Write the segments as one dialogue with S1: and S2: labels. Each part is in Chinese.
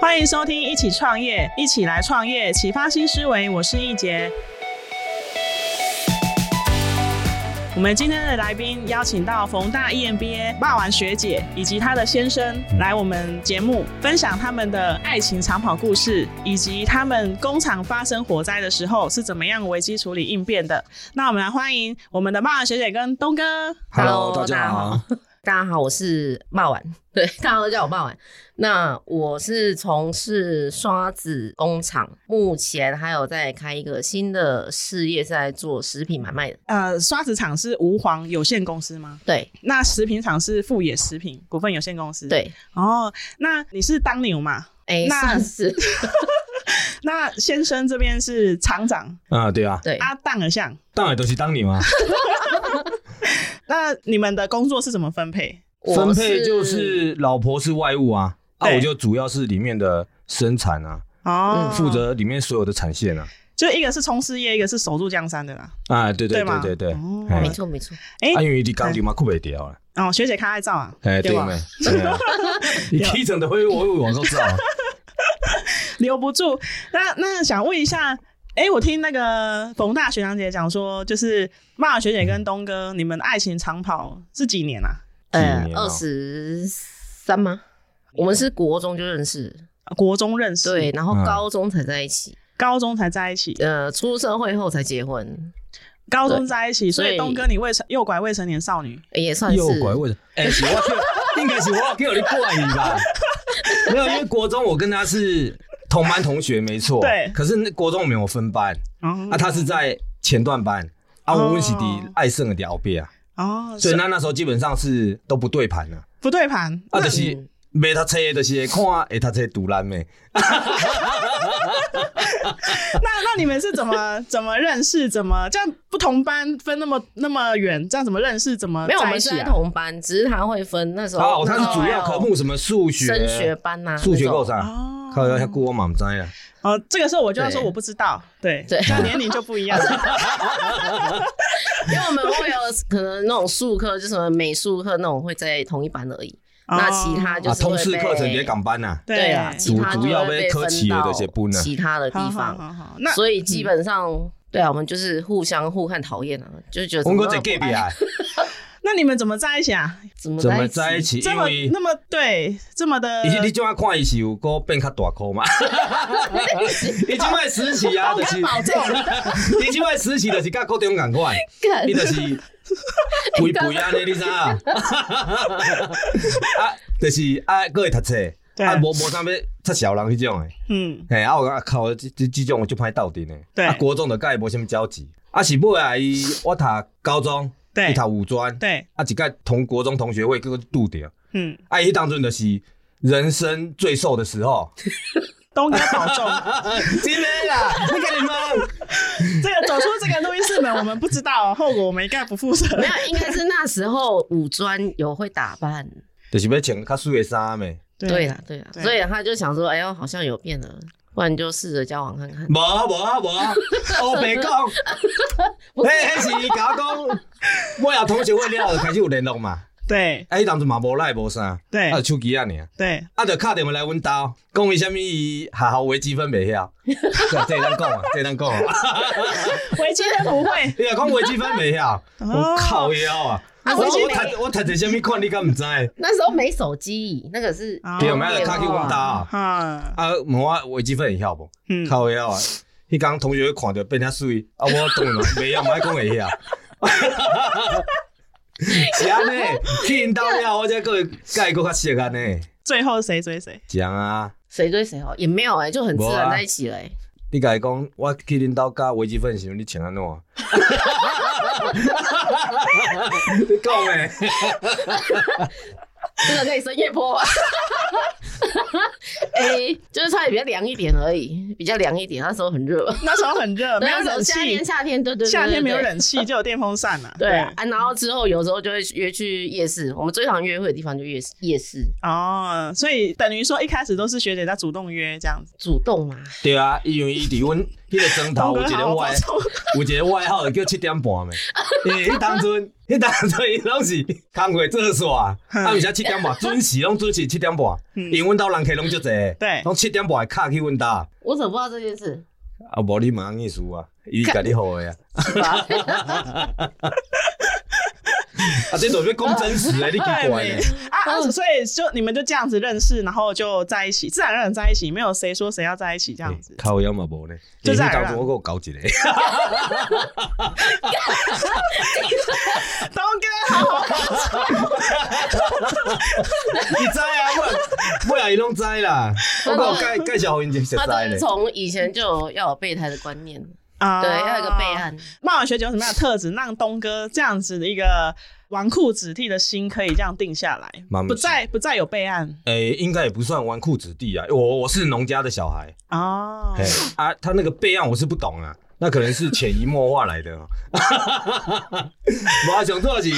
S1: 欢迎收听《一起创业》，一起来创业，启发新思维。我是易杰。我们今天的来宾邀请到冯大 E EMBA 霸王学姐以及她的先生来我们节目，分享他们的爱情长跑故事，以及他们工厂发生火灾的时候是怎么样危机处理应变的。那我们来欢迎我们的霸王学姐跟东哥。
S2: Hello，
S3: 大
S2: 大
S3: 家
S2: 家
S3: 好
S2: 好。
S3: 大家好，我是骂完， 对，大家都叫我骂完。那我是从事刷子工厂，目前还有在开一个新的事业，是在做食品买卖的。
S1: 呃，刷子厂是吾皇有限公司吗？
S3: 对
S1: 那食品厂是富野食品股份有限公司。。
S3: 对，
S1: 哦，那你是当牛嘛？
S3: 哎、
S1: 那
S3: 算是
S1: 那先生这边是厂长
S2: 啊，对啊，
S3: 对。
S1: 阿当尔像。
S2: 当然都是当你嘛，
S1: 那你们的工作是怎么分配？
S3: 我
S2: 分配就是老婆是外务啊，啊，
S1: 对
S2: 我就主要是里面的生产啊，
S1: 哦，
S2: 负责里面所有的产线啊，
S1: 就一个是冲事业，一个是守住江山的啦。
S2: 啊，对
S1: 对
S2: 对
S1: 嘛
S2: 对对对
S1: 哦，
S2: 哎
S3: 没错没错，
S1: 哎、
S2: 啊，因为你刚就嘛酷北掉了，
S1: 哦，学姐开爱照啊。
S2: 哎，对
S1: 对吧
S2: 没？对啊你提成的会我我都知道啊，
S1: 留不住。那那想问一下，哎、我听那个冯大学长姐讲说，就是骂学姐跟东哥，你们爱情长跑是几年啊？
S3: 呃
S2: 几，年哦
S3: 二十三吗？我们是国中就认识，
S1: 国中认识，
S3: 对，，然后
S2: 嗯
S3: 高中才在一起，
S1: 高中才在一起，
S3: 呃，出社会后才结婚，
S1: 高中在一起，所以
S3: 所以
S1: 东哥你未成诱拐未成年少女，
S3: 也算是
S2: 诱拐为什么？哎，是我叫 应该是我叫你怪你吧？没有，因为国中我跟他是同班同学，没错，
S1: 对
S2: 可是那国中我们有分班，
S1: 哦
S2: 啊，他是在前段班，啊，
S1: 哦
S2: 我温是迪爱胜的迪后边啊。
S3: 嗯
S1: 哦，
S2: 所以
S1: 是
S2: 那那时候基本上是都不对盘了，
S1: 不对盘，
S2: 啊，就
S3: 嗯
S2: 是没他车，就是看会他车独揽的。
S1: 那那你们是怎 么怎么认识？怎么这样不同班分那么那么远，这样怎么认识？怎么
S3: 没有，我
S1: 在
S3: 们
S1: 一
S3: 是
S1: 起
S3: 在
S1: 啊？
S3: 同班，只是他会分那时候
S2: 哦，，他是主要科目，什么数学、
S3: 升学班呐、啊，
S2: 数学
S3: 那种
S2: 够啥？
S1: 哦
S2: 靠，要顾我满知啊。
S1: 哦，这个时候我就要说
S3: 对
S1: 我不知道，对，
S3: 对
S1: 这样年龄就不一 样哦了。
S3: 因为我们会有可能那种术课，就什么美术课那种会在同一班而已。那其他哦就
S2: 啊，
S3: 是会
S2: 通
S3: 被
S2: 识课程也港班呐。
S3: 对啊
S1: 啊，，
S3: 其他就
S2: 主要
S3: 会
S2: 被
S3: 被
S2: 科
S3: 分
S2: 企业
S3: 到
S2: 的这部呢
S3: 其他的地
S1: 好好好
S3: 方，
S1: 好，那
S3: 所以基本上对啊，我们就是互相互看讨厌啊，就觉得
S2: 我
S3: 怎么
S2: 们哥在隔壁啊，
S1: 那你们怎么在一起啊？
S3: 怎么
S2: 怎么在一
S3: 起？
S2: 起？
S1: 这
S2: 因
S1: 么
S2: 为
S1: 那么对，这么的
S2: 你你怎啊看伊是有个变较大 颗嘛？伊即摆实习啊，就是
S3: 保重
S2: 伊即摆实习就是甲高中共款，
S3: 干
S2: 伊就是肥肥安尼，你知影？啊，就是啊，佫会读册，
S1: 对
S2: 啊，无无啥物插小人迄种诶。
S1: 嗯，
S2: 嘿，啊，我讲啊靠，即即即种我就歹斗阵诶。
S1: 对
S2: 啊，国中就甲伊无啥物交集。啊，是尾啊，伊我读高中，
S1: 对
S2: 伊读五专，
S1: 对，
S2: 啊，一届同国中同学会佮拄着。
S1: 嗯，
S2: 啊，伊当阵就是人生最瘦的时候。
S1: 东哥保重。
S2: 真的啦，你跟你们
S1: 这个走出这个录音室门，我们不知道哦后果，我们一概不负责。
S3: 没有，应该是那时候武专有会打扮，
S2: 就是要穿较水的衫咩？
S3: 对啦对啦，
S1: 对
S3: 所以他就想说，哎呦，好像有变了，不然就试着交往看看。
S2: 无啊无无，我白 讲，迄迄是伊甲我讲，我也同学会了就开始有联络嘛。
S1: 对
S2: 啊，伊当时嘛无赖无啥，
S1: 对
S2: 啊手机啊尔，
S1: 对，
S2: 啊就敲电话来阮兜，讲伊啥物伊学校微积分 袂晓，这这咱讲啊，这咱讲啊，
S1: 维基人不会，
S2: 伊若讲微积分袂晓， 我靠腰
S3: 哦
S2: 啊！
S3: 啊
S2: 我
S3: 微积
S2: 我
S3: 分
S2: 读我读着啥物款你敢毋知？
S3: 那时候没手机，那个是
S1: 哦
S2: 对，我们要敲去阮兜啊，
S1: 啊，
S2: 啊问我微积分会晓无？
S1: 嗯，
S2: 靠晓啊！迄工同学看着变遐水，啊我当然袂晓，毋爱讲会晓。是安尼，去因兜了，我才个甲伊搁较熟安尼。
S1: 最后谁追谁？
S2: 讲啊，
S3: 谁追谁哦，也没有哎、就很自
S2: 没啊
S3: 然在一起了、欸。
S2: 你甲伊讲，我去恁兜教微积分的时候，你穿安怎？ 你讲诶，
S3: 这个可以深夜播啊， 哎、就是穿的比较凉一点而已，比较凉一点。那时候很热，
S1: 那时候很热，没有
S3: 对那时候
S1: 冷
S3: 夏
S1: 气
S3: 天，夏天对对对，
S1: 夏天没有
S3: 对。
S1: 冷气就有电风扇了。
S3: 对啊，然后之后有时候就会约去夜市，我们最常约会的地方就夜市，夜市
S1: 哦，所以等于说一开始都是学姐在主动约这样子。
S3: 主动嘛，
S2: 对啊，因为伊伫阮迄个枕 头有一个外，有一个外号就叫七点半的。因为迄当阵，迄当阵伊拢是工课做煞， 啊，毋是七点半准时，拢准时七点半。因为阮兜人客拢足侪，
S1: 嗯对
S2: 拢七点半会卡去阮兜。啊，
S3: 我怎么不知道这件事？
S2: 无你问安意思啊，伊是家己好的啊。
S3: 是吧
S2: 啊，这都要讲真实的，你奇怪呢？
S1: 啊，啊
S3: 嗯
S1: 所以就你们就这样子认识，然后就在一起，自然而然在一起，没有谁说谁要在一 起这样子。
S2: 靠腰嘛无呢，
S1: 就这样啊
S2: 当初我还有搞一个。
S1: 东哥好，
S2: 你知啊，我我也伊拢 知啦，我有介介绍因就熟
S3: 他啊都
S2: 知
S3: 是
S2: 咧。
S3: 从以前就有要有备胎的观念，
S1: 啊
S3: 对，要有一个备。案。
S1: 冒险学姐有什么样的特质，让东哥这样子的一个纨绔子弟的心可以这样定下来
S2: 妈，咪
S1: 不再不再有备案
S2: 诶、应该也不算纨绔子弟啊，我我是农家的小孩，
S1: 哦
S2: 嘿。啊，他那个备案我是不懂啊，那可能是潜移默化来的 哦。我想做是，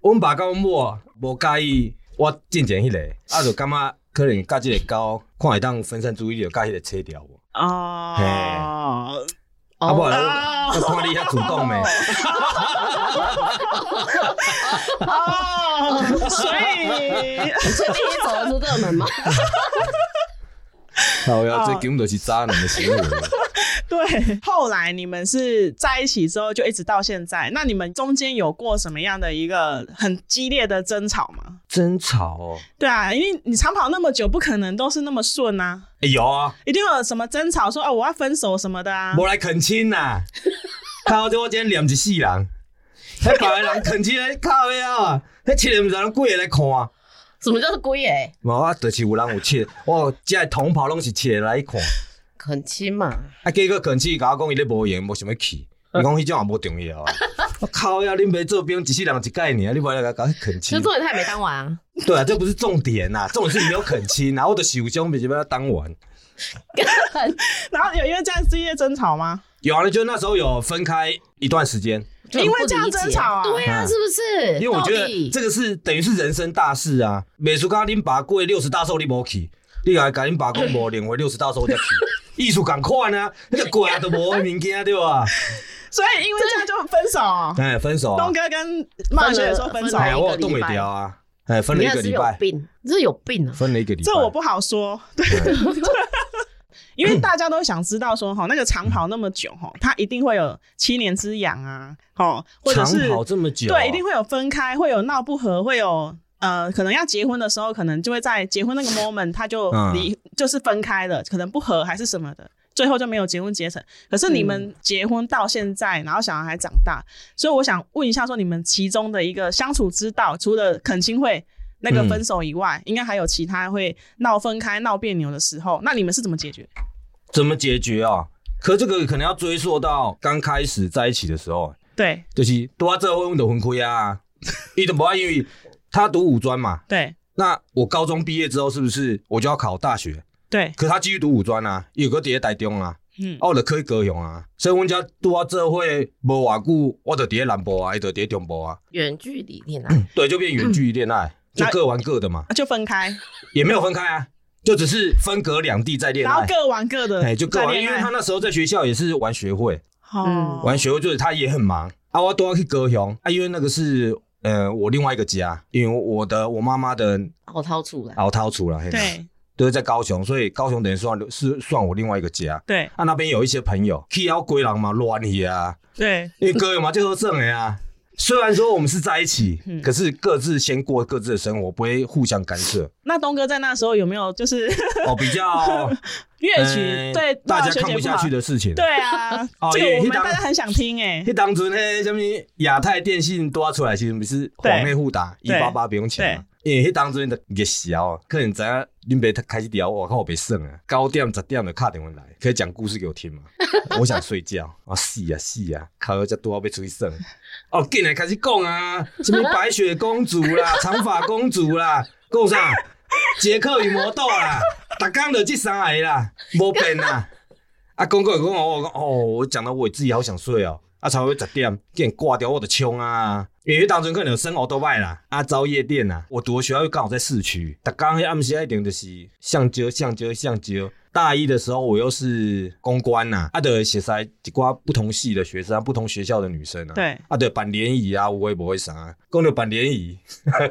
S2: 阮爸甲阮某啊无介意我进前迄个，啊就感觉可能甲即个狗看会当分散注意力，就甲迄个切掉无。
S1: 哦，
S2: 啊，不
S3: 哦，
S2: 然我我看你遐主动没？
S1: 哦，所以
S3: 确定你走得出这个门吗？
S2: 好呀，
S3: 哦
S2: 这根本就是渣男的行 为。
S1: 对，后来你们是在一起之后就一直到现在，那你们中间有过什么样的一个很激烈的争吵吗？
S2: 争吵 哦，
S1: 对啊，因为你长跑那么久，不可能都是那么顺啊，
S2: 哎、有啊，
S1: 一定有什么争吵说哦我要分手什么的啊。
S2: 无来恳亲呐，靠！这我今天念一世人，迄别个人恳亲来靠呀啊，迄一个毋知人几个来看。
S3: 什么叫做龟欸耶？
S2: 无我就是有人有切，我即个同袍拢是切来看。
S3: 很亲嘛，
S2: 啊，结果恳亲甲我讲伊咧无闲，无想要去。伊讲迄种也无重要啊。我靠呀！恁袂做兵，一世人一届尔，你袂来甲我恳
S3: 其
S2: 亲
S3: 实？重点他也没当完啊。
S2: 对啊，这不是重点呐、重点是没有恳亲啊，我的受伤，袂是要他当完。
S1: 然后有因为这样激烈争吵吗？
S2: 有啊，就那时候有分开一段时间，
S3: 就很不
S1: 因为这样
S3: 理解
S1: 争吵啊
S3: 对啊，是不是？
S2: 嗯哎因为我觉
S3: 到底
S2: 得这个是等于是人生大事啊。美术家恁爸过六十大寿你无去，你来甲恁爸讲无领回六十大寿 才去，艺术共款啊，迄个过啊都无的物件对吧？
S1: 所以因为这样就分手哦、
S2: 哎，分手啊
S1: 东，哥跟冒险也说分手
S3: 分，
S2: 哎
S3: 了
S2: 呀，我有冻未掉啊，哎，分了一
S3: 你
S2: 个
S3: 是
S2: 礼
S3: 有
S2: 拜，
S3: 病，你是有病啊！
S2: 分了一个礼拜，
S1: 这我不好说， 对。因为大家都想知道说，哈，那个长跑那么久，哈，他一定会有七年之痒啊，哦，或者
S2: 长
S1: 是
S2: 跑这么久啊，
S1: 对，一定会有分开，会有闹不和，会有呃，可能要结婚的时候，可能就会在结婚那个 moment，他就
S2: 嗯
S1: 离、就是分开了，可能不和还是什么的，最后就没有结婚结成。可是你们结婚到现在，然后小孩长大，所以我想问一下，说你们其中的一个相处之道，除了恳亲会。那个
S2: 嗯
S1: 分手以外，应该还有其他会闹分开、闹别扭的时候，那你们是怎么解决？
S2: 怎么解决啊？可这个可能要追溯到刚开始在一起的时候，
S1: 对
S2: 就是拄啊这婚就分开啊， 伊都无爱因为他读五专嘛，
S1: 对
S2: 那我高中毕业之后是不是我就要考大学？
S1: 对，
S2: 可他继续读五专啊，伊有个伫咧台中啊，
S1: 嗯，
S2: 啊我就可以高雄啊，所以阮遮拄啊这会无偌久，我就伫咧南部啊，伊就伫咧中部啊，
S3: 远距离恋爱，
S2: 对，就变远距离恋
S1: 嗯
S2: 爱，就各玩各的嘛，
S1: 哦就分开，
S2: 也没有分开啊，就只是分隔两地在恋
S1: 然后
S2: 爱。
S1: 各玩各的，
S2: 哎，就各
S1: 在
S2: 玩，
S1: 恋
S2: 因为
S1: 爱
S2: 他那时候在学校也是玩学会，
S1: 哦
S3: 嗯
S2: 玩学会就是他也很忙啊，我都要去高雄啊，因为那个是呃我另外一个家，因为我的我妈妈的
S3: 我掏出来，
S2: 熬涛出来，嘿
S1: 对
S2: 都是在高雄，所以高雄等于算是算我另外一个家。
S1: 对
S2: 啊，那边有一些朋友去要归狼嘛，乱去啊，
S1: 对，
S2: 因为歌友嘛就喝正的啊。虽然说我们是在一起，
S1: 嗯
S2: 可是各自先过各自的生活，不会互相干涉。
S1: 那东哥在那时候有没有就是
S2: 哦，比较
S1: 乐曲
S2: 呃
S1: 对
S2: 大
S1: 冒
S2: 家
S1: 险
S2: 看
S1: 学
S2: 不
S1: 好
S2: 下去？的事情。
S1: 对啊，
S2: 哦
S1: 这
S2: 因
S1: 个
S2: 为
S1: 我们
S2: 那
S1: 大家很想听哎
S2: 那。当初那什么亚太电信多出来，其实不是黄内互打一
S1: 对
S2: 八八不用钱嘛。因为迄当阵的热销啊，可能知影恁爸开始聊，我靠我被算啊，九点十点就敲电话来，可以讲故事给我听 嘛。我想睡觉啊，是啊是啊，靠要才多要被出去耍。哦，竟然开始讲啊，什么白 雪公主啦、长发公主啦，讲啥？杰克与魔豆啦， 逐工就这三个啦，无变啦。啊，讲过讲我讲哦，我讲到我自己好想睡哦。啊，差不多十点，竟然挂掉我的枪啊！因为当中可能有生活都歹啦，啊，招夜店啦。我读的学校又刚好在市区，逐工迄暗时一定就是上招上招上招。大一的时候，我又是公关呐、啊，啊，对，写晒一寡不同系的学生、啊，不同学校的女生啊，
S1: 对
S2: 啊，对，办联谊啊，我也不会啥，讲到办联谊，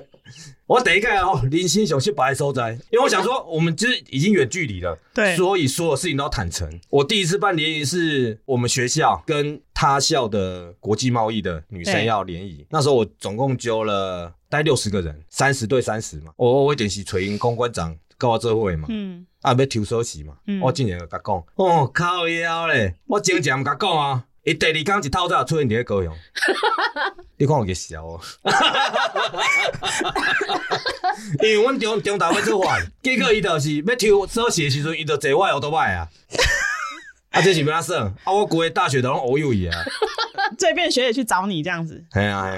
S2: 我第一个哦，林心雄去白收灾，因为我想说，我们就是已经远距离了，
S1: 对
S2: 所以所有事情都要坦诚。我第一次办联谊是我们学校跟他校的国际贸易的女生
S1: 对
S2: 要联谊，那时候我总共揪了大概六十个人，三十对三十嘛，我我一定是垂英公关长跟我做伙嘛，
S1: 嗯，
S2: 啊，要抽锁匙嘛，
S1: 嗯
S2: 我之前就甲讲，哦靠腰咧，我前前毋甲讲啊，伊第二天一透早就出现伫咧高 雄，你看有个笑哦， 因为阮中中昼要 做饭，结果伊就是要抽锁匙的时阵，伊就坐我后 头摆啊，啊这是要安怎么算？啊我规个大学都拢偶有 伊啊，
S1: 这边学姐去找你这样子。
S2: 系啊系啊，嘿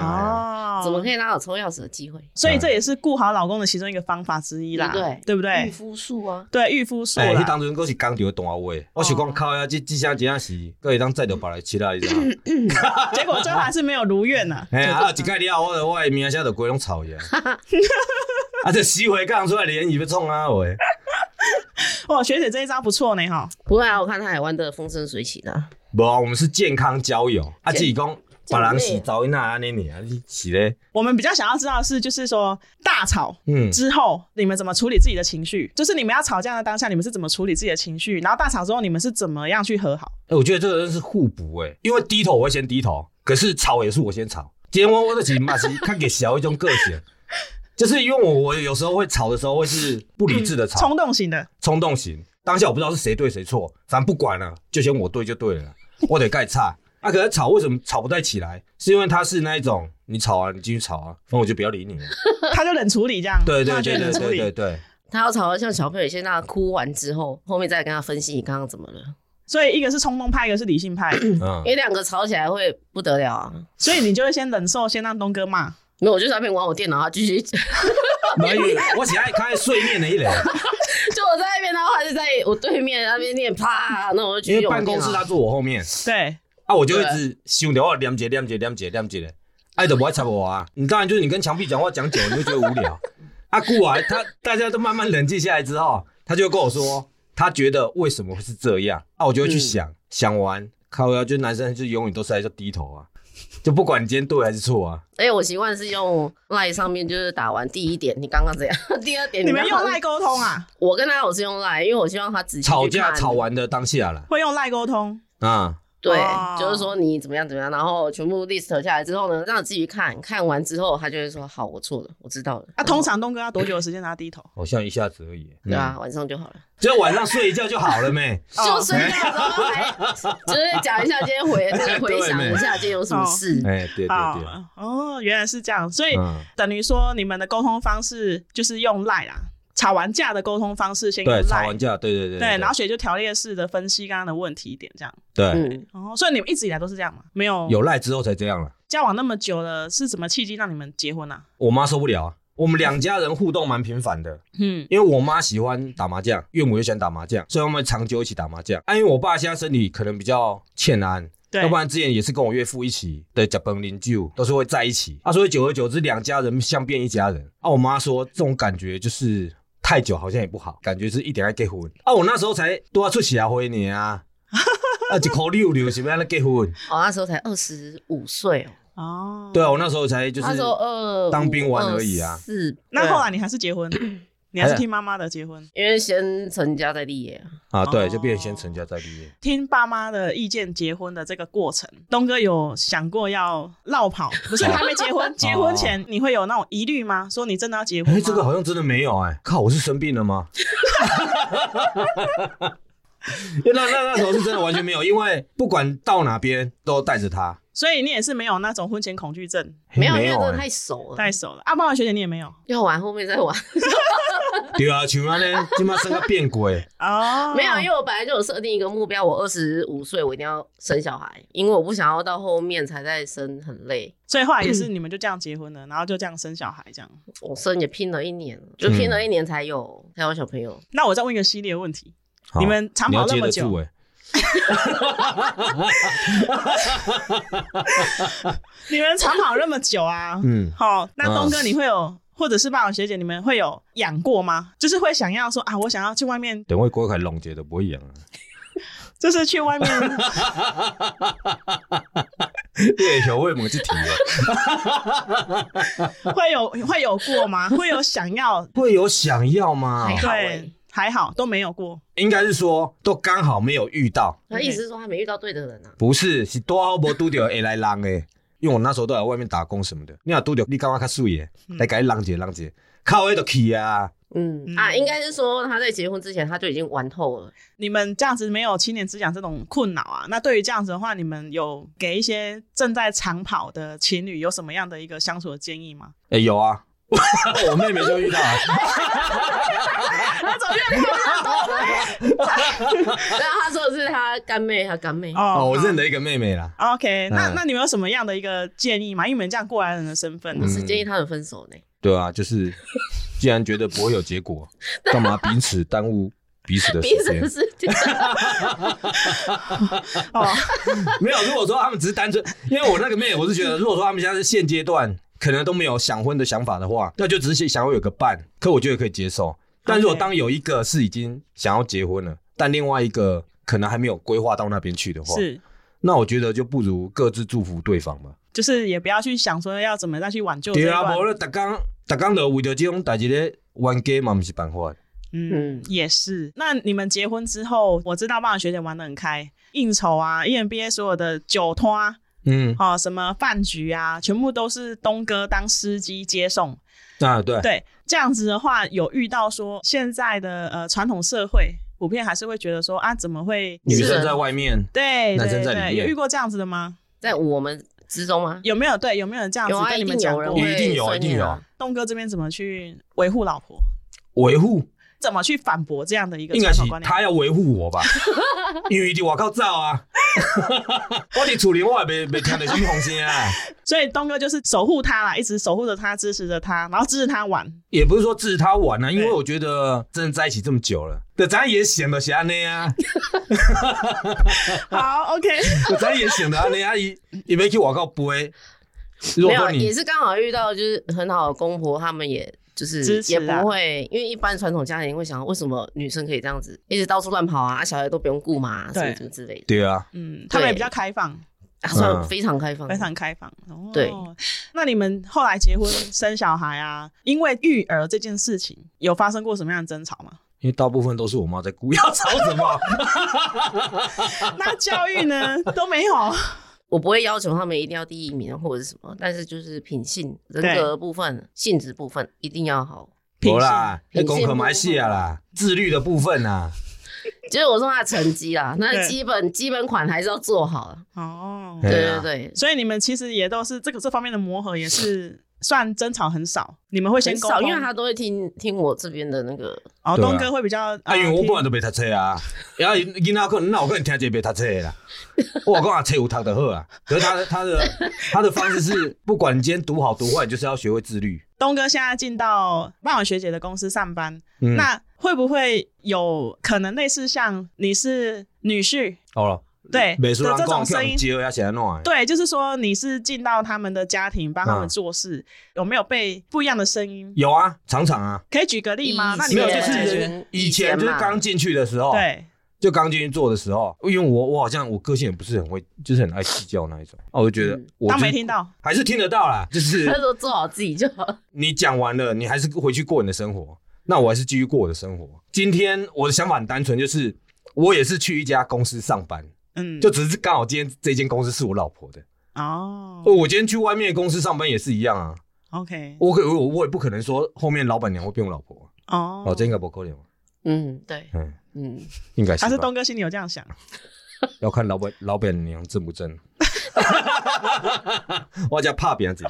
S1: 哦，
S2: 啊
S3: 怎么可以拉到抽钥匙的机会？
S2: 哎
S1: 所以这也是顾好老公的其中一个方法之一啦，
S3: 对
S1: 不
S3: 不对御
S1: 对？
S3: 夫术啊，
S1: 对，御夫术
S2: 哎，迄
S1: 啦，
S2: 当阵佫是工厂的单位，我想
S3: 哦
S2: 讲靠呀，即即声真正是，佫会当载着别人去啦，你知道吗？
S1: 结果最后还是没有如愿呐。
S2: 哎呀，啊，一盖了，我就我的名声就规拢臭去啊！啊，这死回讲出来联谊要创啊喂！
S1: 哇，学姐这一招不错呢哈。
S3: 不会啊，我看他也玩的风生水起的啊，
S2: 无啊，我们是健康交友，啊，
S3: 健
S2: 自己讲别人是走那安尼你啊，你是咧，
S1: 我们比较想要知道的是，就是说大吵
S2: 嗯，
S1: 之后你们怎么处理自己的情绪，就是你们要吵架的当下，你们是怎么处理自己的情绪，然后大吵之后你们是怎么样去和好？
S2: 哎，我觉得这个真是互补哎，因为低头我会先低头，可是吵也是我先吵。今天我我就是嘛是看给小一种个性，就是因为我我有时候会吵的时候会是不理智的吵，
S1: 嗯冲动型的，
S2: 冲动型，当下我不知道是谁对谁错，反正不管了，就先我对就对 了，我得盖差。啊，可是吵为什么吵不太起来？是因为他是那一种，你吵啊，你继续吵啊，反正我就不要理你 了。
S1: 他就冷处理这样，
S2: 对对
S1: 他就
S2: 对
S1: 冷
S2: 对
S1: 处
S2: 对对
S1: 理。
S2: 对，
S3: 他要吵得像小朋友，先让他哭完之后，后面再跟他分析你刚刚怎么了，
S1: 所以一个是冲动派，一个是理性派，
S2: 嗯
S3: 因，为两个吵起来会不得了啊。
S1: 所以你就会先忍受，先让东哥骂。
S3: 没有，我就在那边玩我电脑，他继续， 就
S2: 没有，我喜爱开睡面的 一类，
S3: 我在那边，然后他就在我对面那边念啪，那我就继
S2: 因
S3: 续
S2: 为
S3: 用我
S2: 办
S3: 的电
S2: 公
S3: 脑啊
S2: 室他坐我后面，
S1: 对，
S2: 啊，我就一直想着我念解念解念解念解的，哎，都不爱插我啊。你当然就是你跟墙壁讲话讲久，你就觉得无聊。啊，顾啊，他大家都慢慢冷静下来之后，他就跟我说，他觉得为什么会是这样啊，我就会去想、想完，靠呀，就男生就永远都是在这低头啊，就不管你今天对还是错啊。
S3: 哎，我习惯是用 line 上面，就是打完第一点，你刚刚怎样？ 第二点，
S1: 你们用
S3: 刚刚
S1: 赖沟通啊？
S3: 我跟他我是用 line，因为我希望他仔细去
S2: 吵架
S3: 看
S2: 吵完的当下啦，
S1: 会用赖沟通，
S2: 啊，
S3: 对
S1: 哦，
S3: 就是说你怎么样怎么样，然后全部 list 下来之后呢，让你自己去看看完之后，他就会说好，我错了，我知道了。
S1: 啊，通常东哥要多久的时间让他低头？
S2: 好像一下子而已。嗯
S3: 对啊，晚上就好了，
S2: 就晚上睡一觉就好了没？
S1: 哦
S3: 就睡觉的时候 还就是讲一下今天回，就是回想一下今天有什
S1: 哦
S3: 么事。
S2: 哎、对对对，
S1: 啊哦，原来是这样，所以
S2: 嗯，
S1: 等于说你们的沟通方式就是用赖啦，吵完架的沟通方式先用
S2: 对，吵
S1: 赖，
S2: 完架，对对对
S1: 对，然后学就条列式的分析刚刚的问题点这样。
S2: 哎对、
S3: 嗯，
S1: 哦，所以你们一直以来都是这样吗？没有，
S2: 有赖之后才这样了。
S1: 交往那么久了，是怎么契机让你们结婚啊？
S2: 我妈受不了啊。我们两家人互动蛮频繁的，
S1: 嗯，
S2: 因为我妈喜欢打麻将，岳母也喜欢打麻将，所以我们长久一起打麻将。啊，因为我爸现在身体可能比较欠安，
S1: 对，
S2: 要不然之前也是跟我岳父一起的脚本邻居都是会在一起。啊，所以久而久之，两家人像变一家人。啊，我妈说这种感觉就是太久好像也不好，感觉是一点要结婚。啊，我那时候才都要出社会呢啊，啊，一口六六是不是结婚？
S3: 我哦那时候才二十五岁哦，
S1: 哦，
S2: 对啊，我那时候才就是
S3: 那时候二
S2: 当兵完而已啊
S3: 是，
S1: 那后来你还是 结婚，你还是听妈妈的结婚，
S3: 因为先成家再立业啊，
S2: 啊，对，就变成先成家再立业。
S1: 听爸妈的意见结婚的这个过程，东哥有想过要绕 跑？不是还没结婚，结婚前你会有那种疑虑吗？说你真的要结婚
S2: 哦哎、
S1: 吗？
S2: 这个好像真的没有哎、靠，我是生病了吗？ 那那那时候是真的完全没有，因为不管到哪边都带着他，
S1: 所以你也是没有那种婚前恐惧症，
S3: 没有，因为
S2: 没
S3: 真
S2: 有
S3: 的
S2: 哎、
S3: 太熟了，
S1: 太熟了。啊，爸爸学姐你也没有，
S3: 要玩后面再玩。
S2: 对啊，像安尼，即马算个变鬼，
S1: 哦，
S3: 没有，因
S1: 用
S3: 为我本来就有设定一个目标，我二十五岁我一定要生小孩，因为我不想要到后面才在生，很累。
S1: 所以后来也是你们就这样结婚了，然后就这样生小孩这 样。
S3: 我生也拼了一年，就拼了一年才有、才有小朋友。
S1: 那我再问一个系列问题，你们长
S2: 你
S1: 跑
S2: 要
S1: 那
S2: 接
S1: 么
S2: 得
S1: 久
S2: 住，诶。欸
S1: 你们长跑那么久啊，
S2: 嗯，
S1: 好，那
S2: 嗯
S1: 东哥你会有，或者是爸爸学姐，你们会有养过吗？就是会想要说啊，我想要去外面，
S2: 等我郭凯弄结就不会赢 啊。
S1: 就是去外面，
S2: 你会后悔问即题诶，
S1: 会有会有过吗？会有想要，
S2: 会有想要吗
S3: 还？好
S1: 对
S3: 欸，
S1: 还好都没有过。
S2: 应该是说都刚好没有遇到，
S3: 他意思是说还没遇到对的人啊。
S2: 不是是多好无拄着会来人诶。因为我那时候都在外面打工什么的，你若拄着你感觉较水诶，来甲你人者人者，靠迄就去啊。
S3: 嗯
S1: 嗯
S3: 啊，应该是说他在结婚之前他就已经玩透了。
S1: 你们这样子没有七年之痒这种困扰啊？那对于这样子的话，你们有给一些正在长跑的情侣有什么样的一个相处的建议吗？
S2: 诶、有 啊，我妹妹就遇到啊。
S1: 那怎么越看
S3: 然后他说的是他干妹，他干妹。
S2: 哦，我认
S1: 得。
S2: 得一个妹妹啦。
S1: OK，那
S2: 嗯
S1: 那你们有什么样的一个建议吗？因为你们这样过来人的身份
S2: 嗯
S3: 我，是建议他们分手呢。
S2: 对啊，就是既然觉得不会有结果，干嘛彼此耽误彼此的时
S3: 彼此
S2: 间
S3: 的？事情，
S1: 哦，
S2: 嗯 没有，如果说他们只是单纯，因为我那个妹，我是觉得，如果说他们现在是现阶段可能都没有想婚的想法的话，那就只是想要有个伴，可我觉得可以接受。但如果当有一个是已经想要结婚了，但另外一个可能还没有规划到那边去的话，
S1: 是，
S2: 那我觉得就不如各自祝福对方吧。
S1: 就是也不要去想说要怎么再去挽救这一
S2: 对啊，
S1: 段
S2: 无。咧，逐工逐工就为着这种代志咧冤家嘛，毋是办法。
S1: 嗯
S3: 嗯，
S1: 也是。那你们结婚之后，我知道爸爸学姐玩的很开，应酬啊，EMBA 所有的酒托啊，
S2: 嗯，
S1: 哦，什么饭局啊，全部都是东哥当司机接送。
S2: 啊，对，
S1: 对，这样子的话，有遇到说现在的呃传统社会普遍还是会觉得说啊，怎么会
S2: 女
S3: 是
S2: 生
S3: 啊
S2: 在外面，
S1: 对
S2: 男生
S1: 对
S2: 在里
S1: 对，
S2: 面
S1: 有遇过这样子的吗？
S3: 在我们之中吗？
S1: 有没有对有没有人这样子
S3: 有啊，
S1: 跟
S3: 一
S1: 你们
S3: 定
S1: 讲
S3: 有人
S1: 过？
S3: 会
S2: 一定有
S3: 碎
S2: 一定
S3: 念
S2: 有
S3: 啊
S1: 东哥这边怎么去维护老婆？
S2: 维护
S1: 怎么去反驳这样的一个
S2: 应该
S1: 传
S2: 是
S1: 统观念？
S2: 他要维护 我吧，因为伫外口走啊， 我伫厝里我也未未听到什么风声啊，
S1: 所以东哥就是守护他啦，一直守护着他，支持着他，然后支持他玩。
S2: 也不是说治他晚啊，因为
S1: 对
S2: 我觉得真的在一起这么久了，对，咱也显得是安尼啊，
S1: 好，OK，
S2: 咱也显得安尼 啊，伊伊要去外口飞。如
S3: 没
S2: 果
S3: 有，
S2: 说
S3: 啊也
S2: 你
S3: 是刚好遇到就是很好的公婆，他们也就是
S1: 支持
S3: 也
S1: 啊
S3: 不会，因为一般传统家庭会想，为什么女生可以这样子一直到处乱跑啊，啊小孩都不用顾嘛，什
S1: 对
S3: 么什么之类的，
S2: 对啊，
S1: 嗯，他们也比较开放，
S3: 啊
S2: 嗯
S3: 算非常开放，
S1: 非常开放。哦，
S3: 对，
S1: 那你们后来结婚生小孩啊，因为育儿这件事情有发生过什么样的争吵吗？
S2: 因为大部分都是我妈在顾，要吵什么？
S1: 那教育呢都没有，
S3: 我不会要求他们一定要第一名或者是什么，但是就是品性、人
S1: 对
S3: 格部分、性质部分一定要好。
S2: 有啦，
S3: 品
S2: 那
S3: 性
S2: 功课马来西亚啦，自律的部分啊，
S3: 就是我说他的成绩啦，那
S1: 对
S3: 基本基本款还是要做好啊。
S1: 哦，
S3: 对
S2: 对
S3: 对
S2: 啊
S3: 对，
S1: 所以你们其实也都是这个这方面的磨合也是。算争吵很少，你们会先
S3: 很
S1: 沟
S3: 少，
S1: 通，
S3: 因为他都会听听我这边的那个，
S1: 哦，
S2: 对啊
S1: 东哥会比较，呃
S2: 啊，因为我
S1: 听
S2: 本来都没读册 啊，然后囡仔可能那我可能听这没读册的啦，我讲啊册有读就好啊，可是他的 他的他的方式是，不管你今天读好读坏，你就是要学会自律。
S1: 东哥现在进到傍晚学姐的公司上班，
S2: 嗯
S1: 那会不会有可能类似像你是女婿？
S2: 好了，
S1: 对
S2: 美术
S1: 的
S2: 人
S1: 哎这种
S2: 讲
S1: 声
S2: 像
S1: 音，
S2: 接要写弄的，
S1: 对，就是说你是进到他们的家庭帮他
S2: 嗯
S1: 们做事，有没有被不一样的声音？
S2: 有啊，常常啊，
S1: 可以举个例吗？那你
S3: 以
S2: 没
S1: 们
S2: 有
S3: 前
S2: 就
S1: 怎么解决
S2: 是以
S3: 以前
S2: 前就是
S3: 嘛
S2: 刚进去的时候，，
S1: 对，
S2: 就刚进去做的时候，因为我我好像我个性也不是很会，就是很爱计较那一种，哦，我就觉得
S3: 嗯
S2: 我
S1: 当
S2: 就
S1: 没听到，
S2: 还是听得到啦，就是
S3: 他说做好自己就好。
S2: 你讲完了，你还是回去过你的生活，那我还是继续过我的生活。今天我的想法很单纯，就是我也是去一家公司上班，
S1: 嗯，
S2: 就只是刚好今天这间公司是我老婆的。
S1: 哦
S2: 我今天去外面的公司上班也是一样啊，
S1: ，OK，
S2: 我可我我也不可能说后面老板娘会变我老婆，
S1: 哦，
S2: 哦，这应该不可能吧，
S3: 嗯，对，
S2: 嗯，
S3: 嗯，
S2: 应该是
S1: 还是
S2: 吧。
S1: 东哥心里有这样想，
S2: 要看老板老板娘正不正， 我才拍拼一个。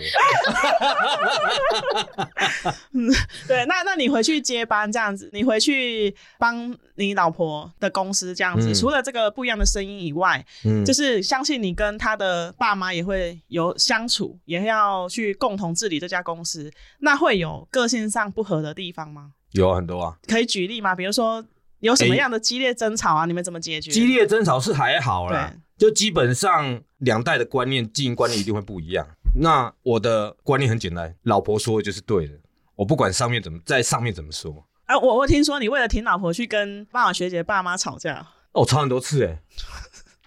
S1: 对，那那你回去接班这样子，你回去帮你老婆的公司这样子，
S2: 嗯
S1: 除了这个不一样的声音以外，
S2: 嗯，
S1: 就是相信你跟他的爸妈也会有相处，也要去共同治理这家公司，那会有个性上不合的地方吗？
S2: 有很多啊，
S1: 可以举例吗？比如说有什么样的激烈争吵啊？你们怎么解决？
S2: 激烈争吵是还好啦
S1: 对，
S2: 就基本上两代的观念、经营观念一定会不一样。那我的观念很简单，老婆说的就是对的，我不管上面怎么在上面怎么说。哦
S1: 啊，我我听说你为了挺老婆去跟爸爸学姐爸妈吵架，
S2: 哦，我吵很多次哎、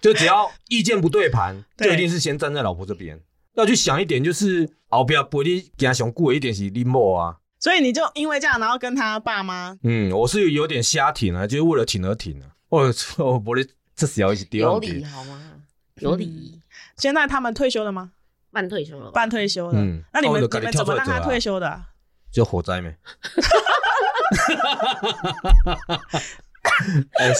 S2: 就只要意见不对盘，
S1: 对
S2: 就一定是先站在老婆这边。要去想一点，就是后边不你跟他想过一点是你某啊。
S1: 所以你就因为这样，然后跟他爸妈
S2: 嗯，我是有点瞎挺啊，就是为了挺而挺啊。我 我不哩这时候一起丢
S3: 有理好 吗？有礼仪，
S1: 现在他们退休了吗？
S3: 半退休了吧？
S1: 半退休了，
S2: 嗯
S1: 那你们
S2: 哦就
S1: 你
S2: 赶紧
S1: 们
S2: 跳
S1: 怎
S2: 出
S1: 么
S2: 来
S1: 让他
S2: 走啊
S1: 退休的啊、
S2: 就火灾没。哎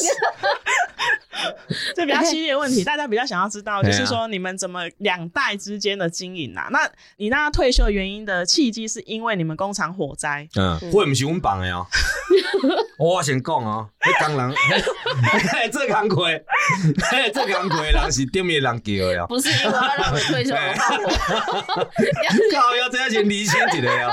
S1: 这比较激烈的问题，大家比较想要知 道，
S2: 啊
S1: 就是说你们怎么两代之间的经营啊？那你让他退休的原因的契机，是因为你们工厂火灾，
S2: 嗯，我也不是阮放 的哦。我先讲哦，迄工 人，嘿做工课，嘿做工课的人是顶面的人叫的哦。
S3: 不是因为要让你退休 的话，我
S2: 靠，要这样先厘清一下哦。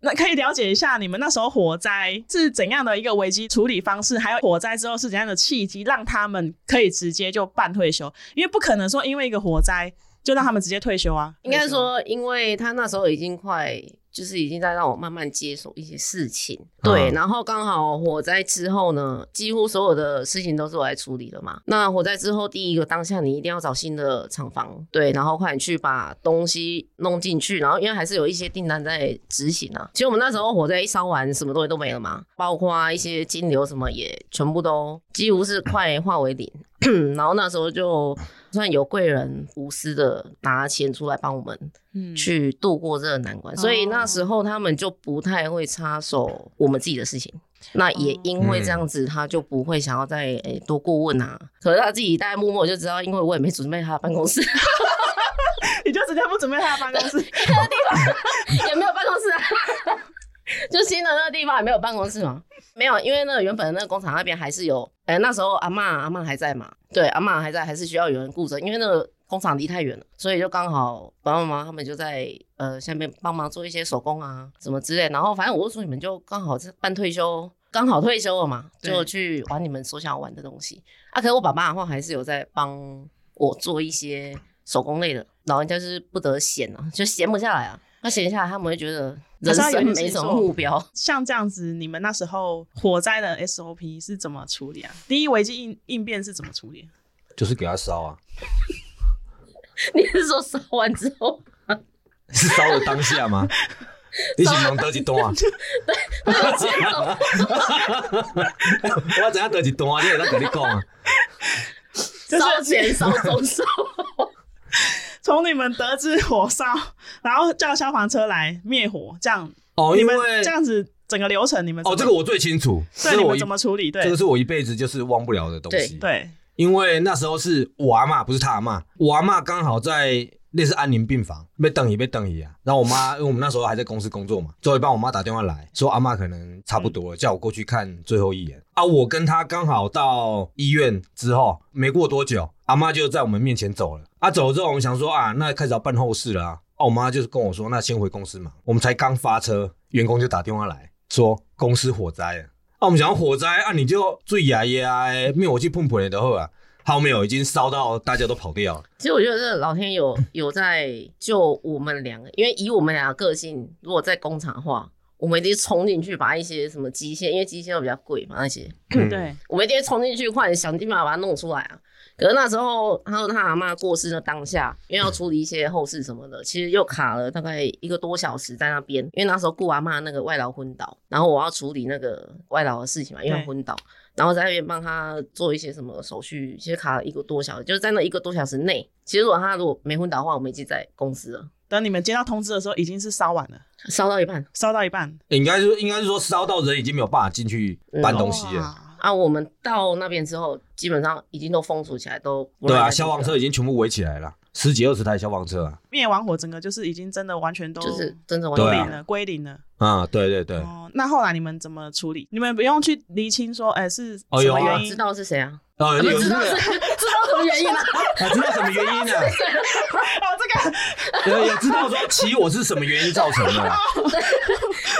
S1: 那可以了解一下你们那时候火灾是怎样的一个危机处理方式，还有火灾之后是怎样的契机让他们可以直接就办退休？因为不可能说因为一个火灾就让他们直接退休啊。
S3: 应该说，因为他那时候已经快，就是已经在让我慢慢接手一些事情。对，
S2: 嗯
S3: 然后刚好火灾之后呢，几乎所有的事情都是我来处理的嘛。那火灾之后，第一个当下你一定要找新的厂房，对，然后快点去把东西弄进去，然后因为还是有一些订单在执行啊。其实我们那时候火灾一烧完，什么东西都没了嘛，包括一些金流什么也全部都几乎是快化为零。 然后那时候就算有贵人无私的拿钱出来帮我们
S1: 嗯，
S3: 去度过这个难关，所以那时候他们就不太会插手我们自己的事情。那也因为这样子，他就不会想要再诶、多过问啊。可是他自己大概默默就知道，因为我也没准备他的办公室，也
S1: 你就直接不准备他的办公室，
S3: 没有办公室啊。 就新的那个地方也没有办公室嘛，没有，因为那个原本的那个工厂那边还是有，哎、那时候阿嬷阿嬷还在嘛，对，阿嬷还在，还是需要有人顾着，因为那个工厂离太远了，所以就刚好爸爸妈妈他们就在呃下面帮忙做一些手工啊什么之类，然后反正我就说你们就刚好是办退休，刚好退休了嘛，
S1: 对
S3: 就去玩你们所想玩的东西啊。可是我爸爸的话还是有在帮我做一些手工类的，老人家就是不得闲啊，就闲不下来啊，那闲下来他们会觉得人
S1: 好像有
S3: 生
S1: 点
S3: 没
S1: 紧
S3: 什么
S1: 凑
S3: 目标。
S1: 像这样子，你们那时候火灾的 SOP 是怎么处理啊？第一危机应应变是怎么处理？啊
S2: 就是给他烧啊，
S3: 你是说烧完之后，
S2: 是烧的当下 吗？你是用倒一段啊？我知影倒一段，你会当跟你讲啊。
S1: 就是
S3: 烧前、烧中、烧 后？
S1: 从你们得知火烧，然后叫消防车来灭火，这样
S2: 哦，
S1: 你
S2: 因为
S1: 们这样子整个流程你们怎
S2: 哦，
S1: 么
S2: 这个我最清楚，
S1: 对
S2: 这
S1: 你
S2: 个我
S1: 们
S2: 一
S1: 怎么处理？对
S2: 这个是我一辈子就是忘不了的东西。
S1: 对，
S2: 因为那时候是我阿妈，不是他阿妈，我阿妈刚好在类似安宁病房，被等一被等一啊。然后我妈，因为我们那时候还在公司工作嘛，最后一帮我妈打电话来说阿妈可能差不多了，叫我过去看最后一眼啊。我跟她刚好到医院之后，没过多久，阿妈就在我们面前走了。啊，走了之后我们想说啊，那开始要办后事了啊。啊，我妈就是跟我说，那先回公司嘛。我们才刚发车，员工就打电话来说公司火灾了。啊，我们想要火灾啊，你就最牙牙的灭火器碰碰的后啊，后面有已经烧到大家都跑掉了。
S3: 其实我觉得这老天有有在救我们两个，因为以我们俩的个性，如果在工厂的话，我们一定冲进去把一些什么机械，因为机械都比较贵嘛，那些
S1: 嗯对，
S3: 我们一定会冲进去，快点想尽办法把它弄出来啊。可是那时候，他说他阿妈过世的当下，因为要处理一些后事什么的，其实又卡了大概一个多小时在那边。因为那时候顾阿妈那个外劳昏倒，然后我要处理那个外劳的事情嘛，因为
S1: 对
S3: 她昏倒，然后在那边帮他做一些什么手续，其实卡了一个多小时，就是在那一个多小时内，其实如果他如果没昏倒的话，我们已经在公司了，
S1: 等你们接到通知的时候，已经是烧完了，
S3: 烧到一半，
S1: 烧到一半，
S2: 应该是应该是说烧到人已经没有办法进去搬东西了。
S1: 哇
S3: 啊，我们到那边之后，基本上已经都封锁起来，都不
S2: 对
S3: 让
S2: 啊，
S3: 人家
S2: 消防
S3: 进去
S2: 车
S3: 了
S2: 已经全部围起来了，十几二十台消防车啊，
S1: 灭完火，整个就是已经真的完全都
S3: 就是真的完
S2: 对
S3: 全
S2: 啊
S1: 零了，归零了。
S2: 啊，对对对，
S1: 哦，那后来你们怎么处理？你们不用去厘清说，哎、是什么
S2: 哦有啊
S1: 原因？
S3: 知道是谁啊？
S2: 哦，
S3: 我
S2: 有
S3: 们
S2: 这
S3: 知道是
S2: 个，
S3: 知道什么原因 啊？
S2: 啊知道什么原因 呢？
S1: 哦，这个
S2: 有有知道说起火是什么原因造成的啦，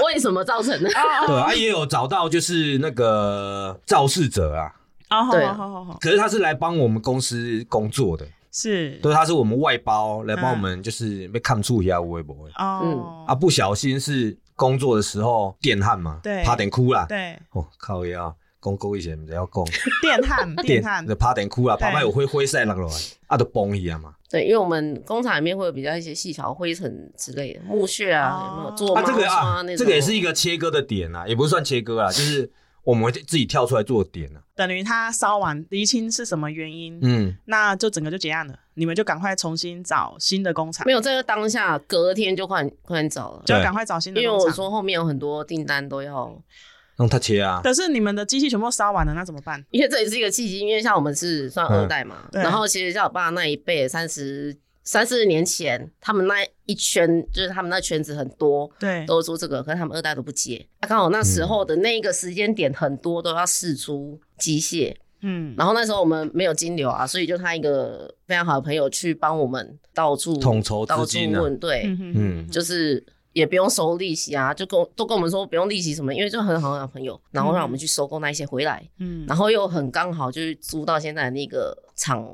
S3: 为什么造成的？
S2: 对啊，也有找到就是那个肇事者啊，
S1: 哦，好
S3: 对
S1: 好好好好，
S2: 可是他是来帮我们公司工作的，
S1: 是
S2: 对，他是我们外包来帮我们，就是被看出一下微博
S3: 嗯
S1: 哦，
S2: 啊，不小心是工作的时候电焊嘛，
S1: 对
S2: 差点哭啦，
S1: 对，
S2: 哦靠呀，公沟一些不知道讲，
S1: 电 焊，电焊
S2: 就，差点哭啦，
S1: 对
S2: 怕歹有灰灰晒落落来，啊就崩去啊嘛，
S3: 对，因为我们工厂里面会有比较一些细条、灰尘之类的，木屑啊，
S1: 哦
S3: 有没有做
S2: 啊
S3: 猫
S2: 这个
S3: 砂
S2: 啊
S3: 那种？
S2: 这个也是一个切割的点啊，也不是算切割啊，就是我们会自己跳出来做点啊，
S1: 等于他烧完厘清是什么原因，
S2: 嗯，
S1: 那就整个就结案了。你们就赶快重新找新的工厂
S3: 没，有这个当下，隔天就快快点找了。
S1: 就
S2: 对
S1: 赶快找新的
S3: 因为
S1: 工
S3: 我
S1: 厂。
S3: 说后面有很多订单都要，
S2: 让他切啊，
S1: 可是你们的机器全部烧完了，那怎么办？
S3: 因为这也是一个契机，因为像我们是算二代
S2: 嗯
S3: 嘛，
S1: 对
S3: 然后其实像我爸那一辈三十三四十年前，他们那一圈就是他们那圈子很多，
S1: 对，
S3: 都做这个，可是他们二代都不接。啊，刚好那时候的那一个时间点，很多都要试出机械，
S1: 嗯，
S3: 然后那时候我们没有金流啊，所以就他一个非常好的朋友去帮我们到处
S2: 统筹资
S3: 到处
S2: 金啊
S3: 问，对，
S1: 嗯哼
S2: 嗯
S3: 就是也不用收利息啊，就跟我都跟我们说不用利息什么，因为就很好的朋友，然后让我们去收购那一些回来，
S1: 嗯
S3: 然后又很刚好就是租到现在的那个厂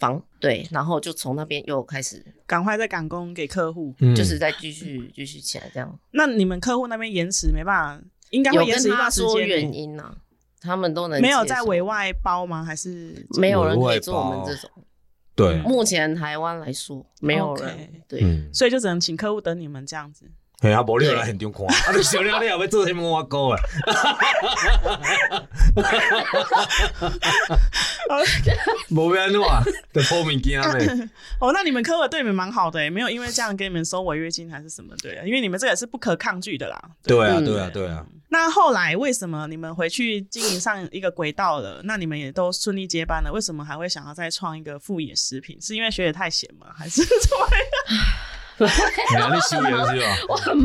S3: 房，对，然后就从那边又开始
S1: 赶快再赶工给客户。
S2: 嗯
S3: 就是再继续继续起来这样，
S1: 那你们客户那边延迟没办法，应该
S3: 有
S1: 会延迟
S3: 跟
S1: 一
S3: 他
S1: 段时
S3: 说
S1: 间
S3: 原
S1: 欸。
S3: 因啊，他们都能
S1: 没有
S3: 接
S1: 在
S3: 受
S1: 委，外包吗？还是
S3: 没有人可
S2: 委
S3: 以
S2: 外
S3: 做我们
S2: 包
S3: 这种，
S2: 对，
S3: 目前台湾来说没有人
S1: OK
S3: 对。
S2: 嗯。
S1: 所以就只能请客户等你们这样子。
S2: 系啊，无你来现场看，啊，你想了你也要做什么我讲啊？无要安怎，就破物件咧。
S1: 哦，那你们客户对你们蛮好的欸，没有因为这样给你们收违约金还是什么对啊，因为你们这个是不可抗拒的啦。
S2: 对啊，
S3: 嗯
S2: 对啊，对啊，
S1: 那后来为什么你们回去经营上一个轨道了？那你们也都顺利接班了，为什么还会想要再创一个副业食品？是因为学姐太闲吗？还是怎 么？
S2: 你啊，你修养是吧？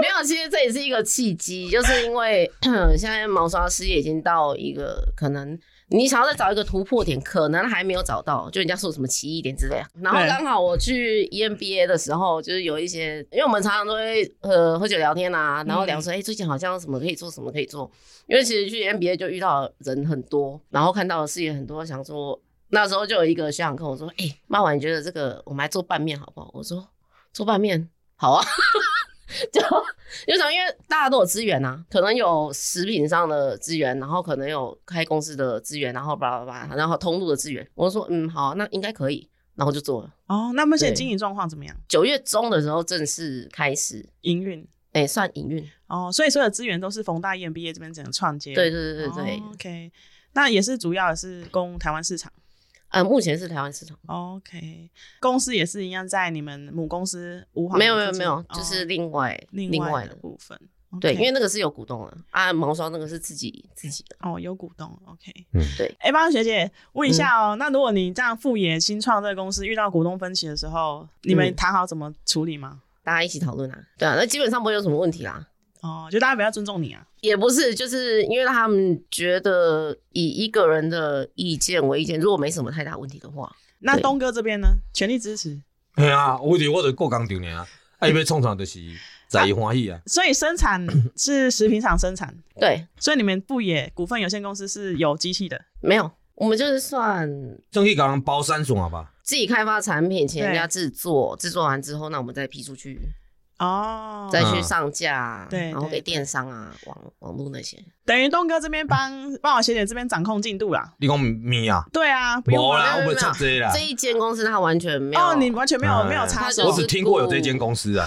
S3: 没有，其实这也是一个契机，就是因为 现在毛刷师已经到一个可能你想要再找一个突破点，可能还没有找到，就人家说什么奇异点之类的。然后
S1: 对
S3: 刚好我去 E EMBA 的时候，就是有一些，因为我们常常都会呃喝酒聊天啊，然后聊说，哎、最近好像什么可以做，什么可以做。因为其实去 MBA 就遇到人很多，然后看到的事也很多，想说那时候就有一个学长跟我说：“哎、妈妈，你觉得这个我们来做拌面好不好？”我说：“做拌面好啊。”就就想，因为大家都有资源啊，可能有食品上的资源，然后可能有开公司的资源，然后巴拉巴拉，然后通路的资源。我就说：“嗯，好啊、那应该可以。”然后就做了。
S1: 哦，那目前
S3: 对
S1: 经营状况怎么样？
S3: 九月中的时候正式开始，
S1: 营运
S3: 哎、算营运。
S1: 哦，所以所有资源都是冯大燕毕业这边整个创接。
S3: 对对对对对，
S1: 哦 OK，那也是主要也是供台湾市场。哦
S3: 呃，目前是台湾市场。
S1: OK，公司也是一样，在你们母公司无华
S3: 没有没
S1: 的
S3: 有
S1: 附
S3: 没
S1: 近
S3: 有，就是
S1: 哦
S3: 另外、
S1: 另外的
S3: 的，
S1: 部分。
S3: 对，因
S1: OK
S3: 为那个是有股东的啊，毛刷那个是自己自己的，
S1: 哦有股东，OK，
S2: 嗯
S3: 对。
S1: 哎，帮学姐问一下哦，那如果你这样副业新创这个公司遇到股东分歧的时候，你们
S3: 嗯
S1: 谈好怎么处理吗？
S3: 大家一起讨论啊，对啊，那基本上不会有什么问题啦。
S1: 哦，就大家比较尊重你啊。
S3: 也不是，就是因为他们觉得以一个人的意见为意见，如果没什么太大问题的话，
S1: 那
S3: 对
S1: 东哥这边呢，全力支持，
S2: 系啊，我就我就过工场尔，啊，伊要创啥就是在伊欢喜啊。
S1: 所以生产是食品厂生产，
S3: 对，
S1: 所以你们不也股份有限公司是有机器的。
S3: 没有，我们就是算
S2: 正去甲人包三线吧，
S3: 自己开发产品，请人
S1: 对
S3: 家制作，制作完之后，那我们再批出去，
S1: 哦，
S3: 再去
S2: 嗯
S3: 上架啊，
S1: 对
S3: 然后
S1: 对
S3: 给电商啊、网网络那些，
S1: 等于东哥这边帮帮我学姐这边掌控进度啦。
S2: 你讲面啊？
S1: 对啊，不用
S2: 无
S1: 我
S2: 啦，
S3: 没
S2: 我
S3: 有
S2: 袂插这啦
S3: 这。一间公司它完全没有
S1: 哦，你完全没有
S2: 嗯
S1: 没有插
S3: 他
S1: 手
S3: 就
S2: 我
S3: 是
S2: 只听过有这间公司啊，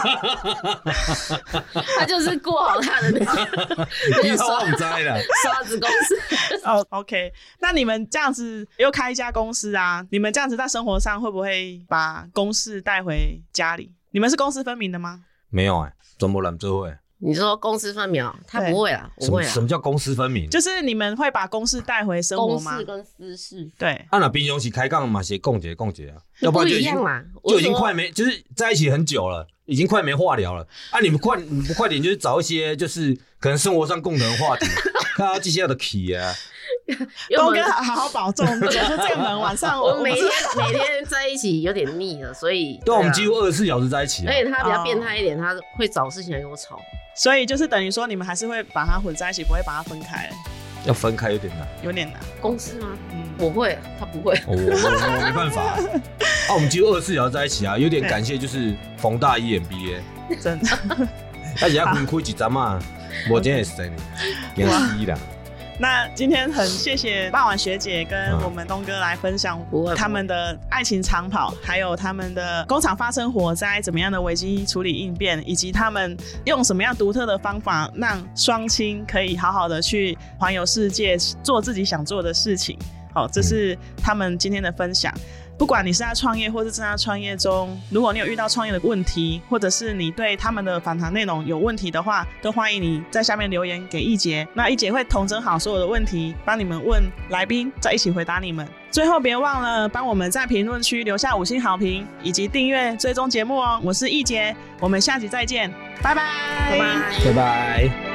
S3: 他就是过好他的那 个
S2: 其他我唔知啦。
S3: 刷子公司。
S1: 哦，OK，那你们这样子又开一家公司啊？你们这样子在生活上会不会把公事带回家里？你们是公私分明的吗？
S2: 啊没有诶，全部男做伙。
S3: 你说公私分明哦，他
S1: 对
S3: 不会啦，
S2: 什
S3: 不
S1: 啊
S2: 么
S3: 会啊啦
S2: 什，么叫公私分明？
S1: 就是你们会把公事带回生活
S3: 公
S1: 吗
S3: 事？跟私事
S1: 对，
S2: 啊，那平常是开杠嘛，是共结共结啊，要不
S3: 不
S2: 然就
S3: 一
S2: 已经
S3: 样啦，我
S2: 就已经
S3: 说
S2: 快没，就是在一起很久了，已经快没话聊了。啊，你们快你不快点，就是找一些就是可能生活上共同的 话题，看到这些的起啊。
S3: 因为
S1: 东
S3: 我
S1: 哥
S3: 们
S1: 好好保重，我觉得这个门晚上
S3: 我
S1: 我
S3: 们 每天每天在一起有点腻了，所以
S2: 对啊，我们
S3: 啊哎
S2: 几乎二十四小时在一起
S3: 而。
S2: 啊
S3: 且他比较变态一点，他会找事情来跟我吵。
S1: 所以就是等于说你们还是会把它混在一起，不会把它分开，
S2: 要分开有点难，哦
S1: 有点难。
S3: 公司吗？
S1: 嗯，
S3: 我会，啊他不会。
S2: 我我我我没办法啊。啊，我们几乎二十四小时在一起啊，有点感谢就是冯大 EMBA，
S1: 真的。
S2: 而且要分开几张嘛，我今天也是你，也是啦。
S1: 那今天很谢 谢霸王学姐跟我们东哥来分享
S3: 不会
S1: 他们的爱情长跑，还有他们的工厂发生火灾怎么样的危机处理应变，以及他们用什么样独特的方法让双亲可以好好的去环游世界，做自己想做的事情。好，这是他们今天的分享。不管你是在创业或是正在创业中，如果你有遇到创业的问题，或者是你对他们的访谈内容有问题的话，都欢迎你在下面留言给易杰，那易杰会统整好所有的问题，帮你们问来宾，再一起回答你们。最后别忘了帮我们在评论区留下五星好评，以及订阅追踪节目哦。我是易杰，我们下集再见，拜拜
S3: 拜拜。
S2: 拜拜。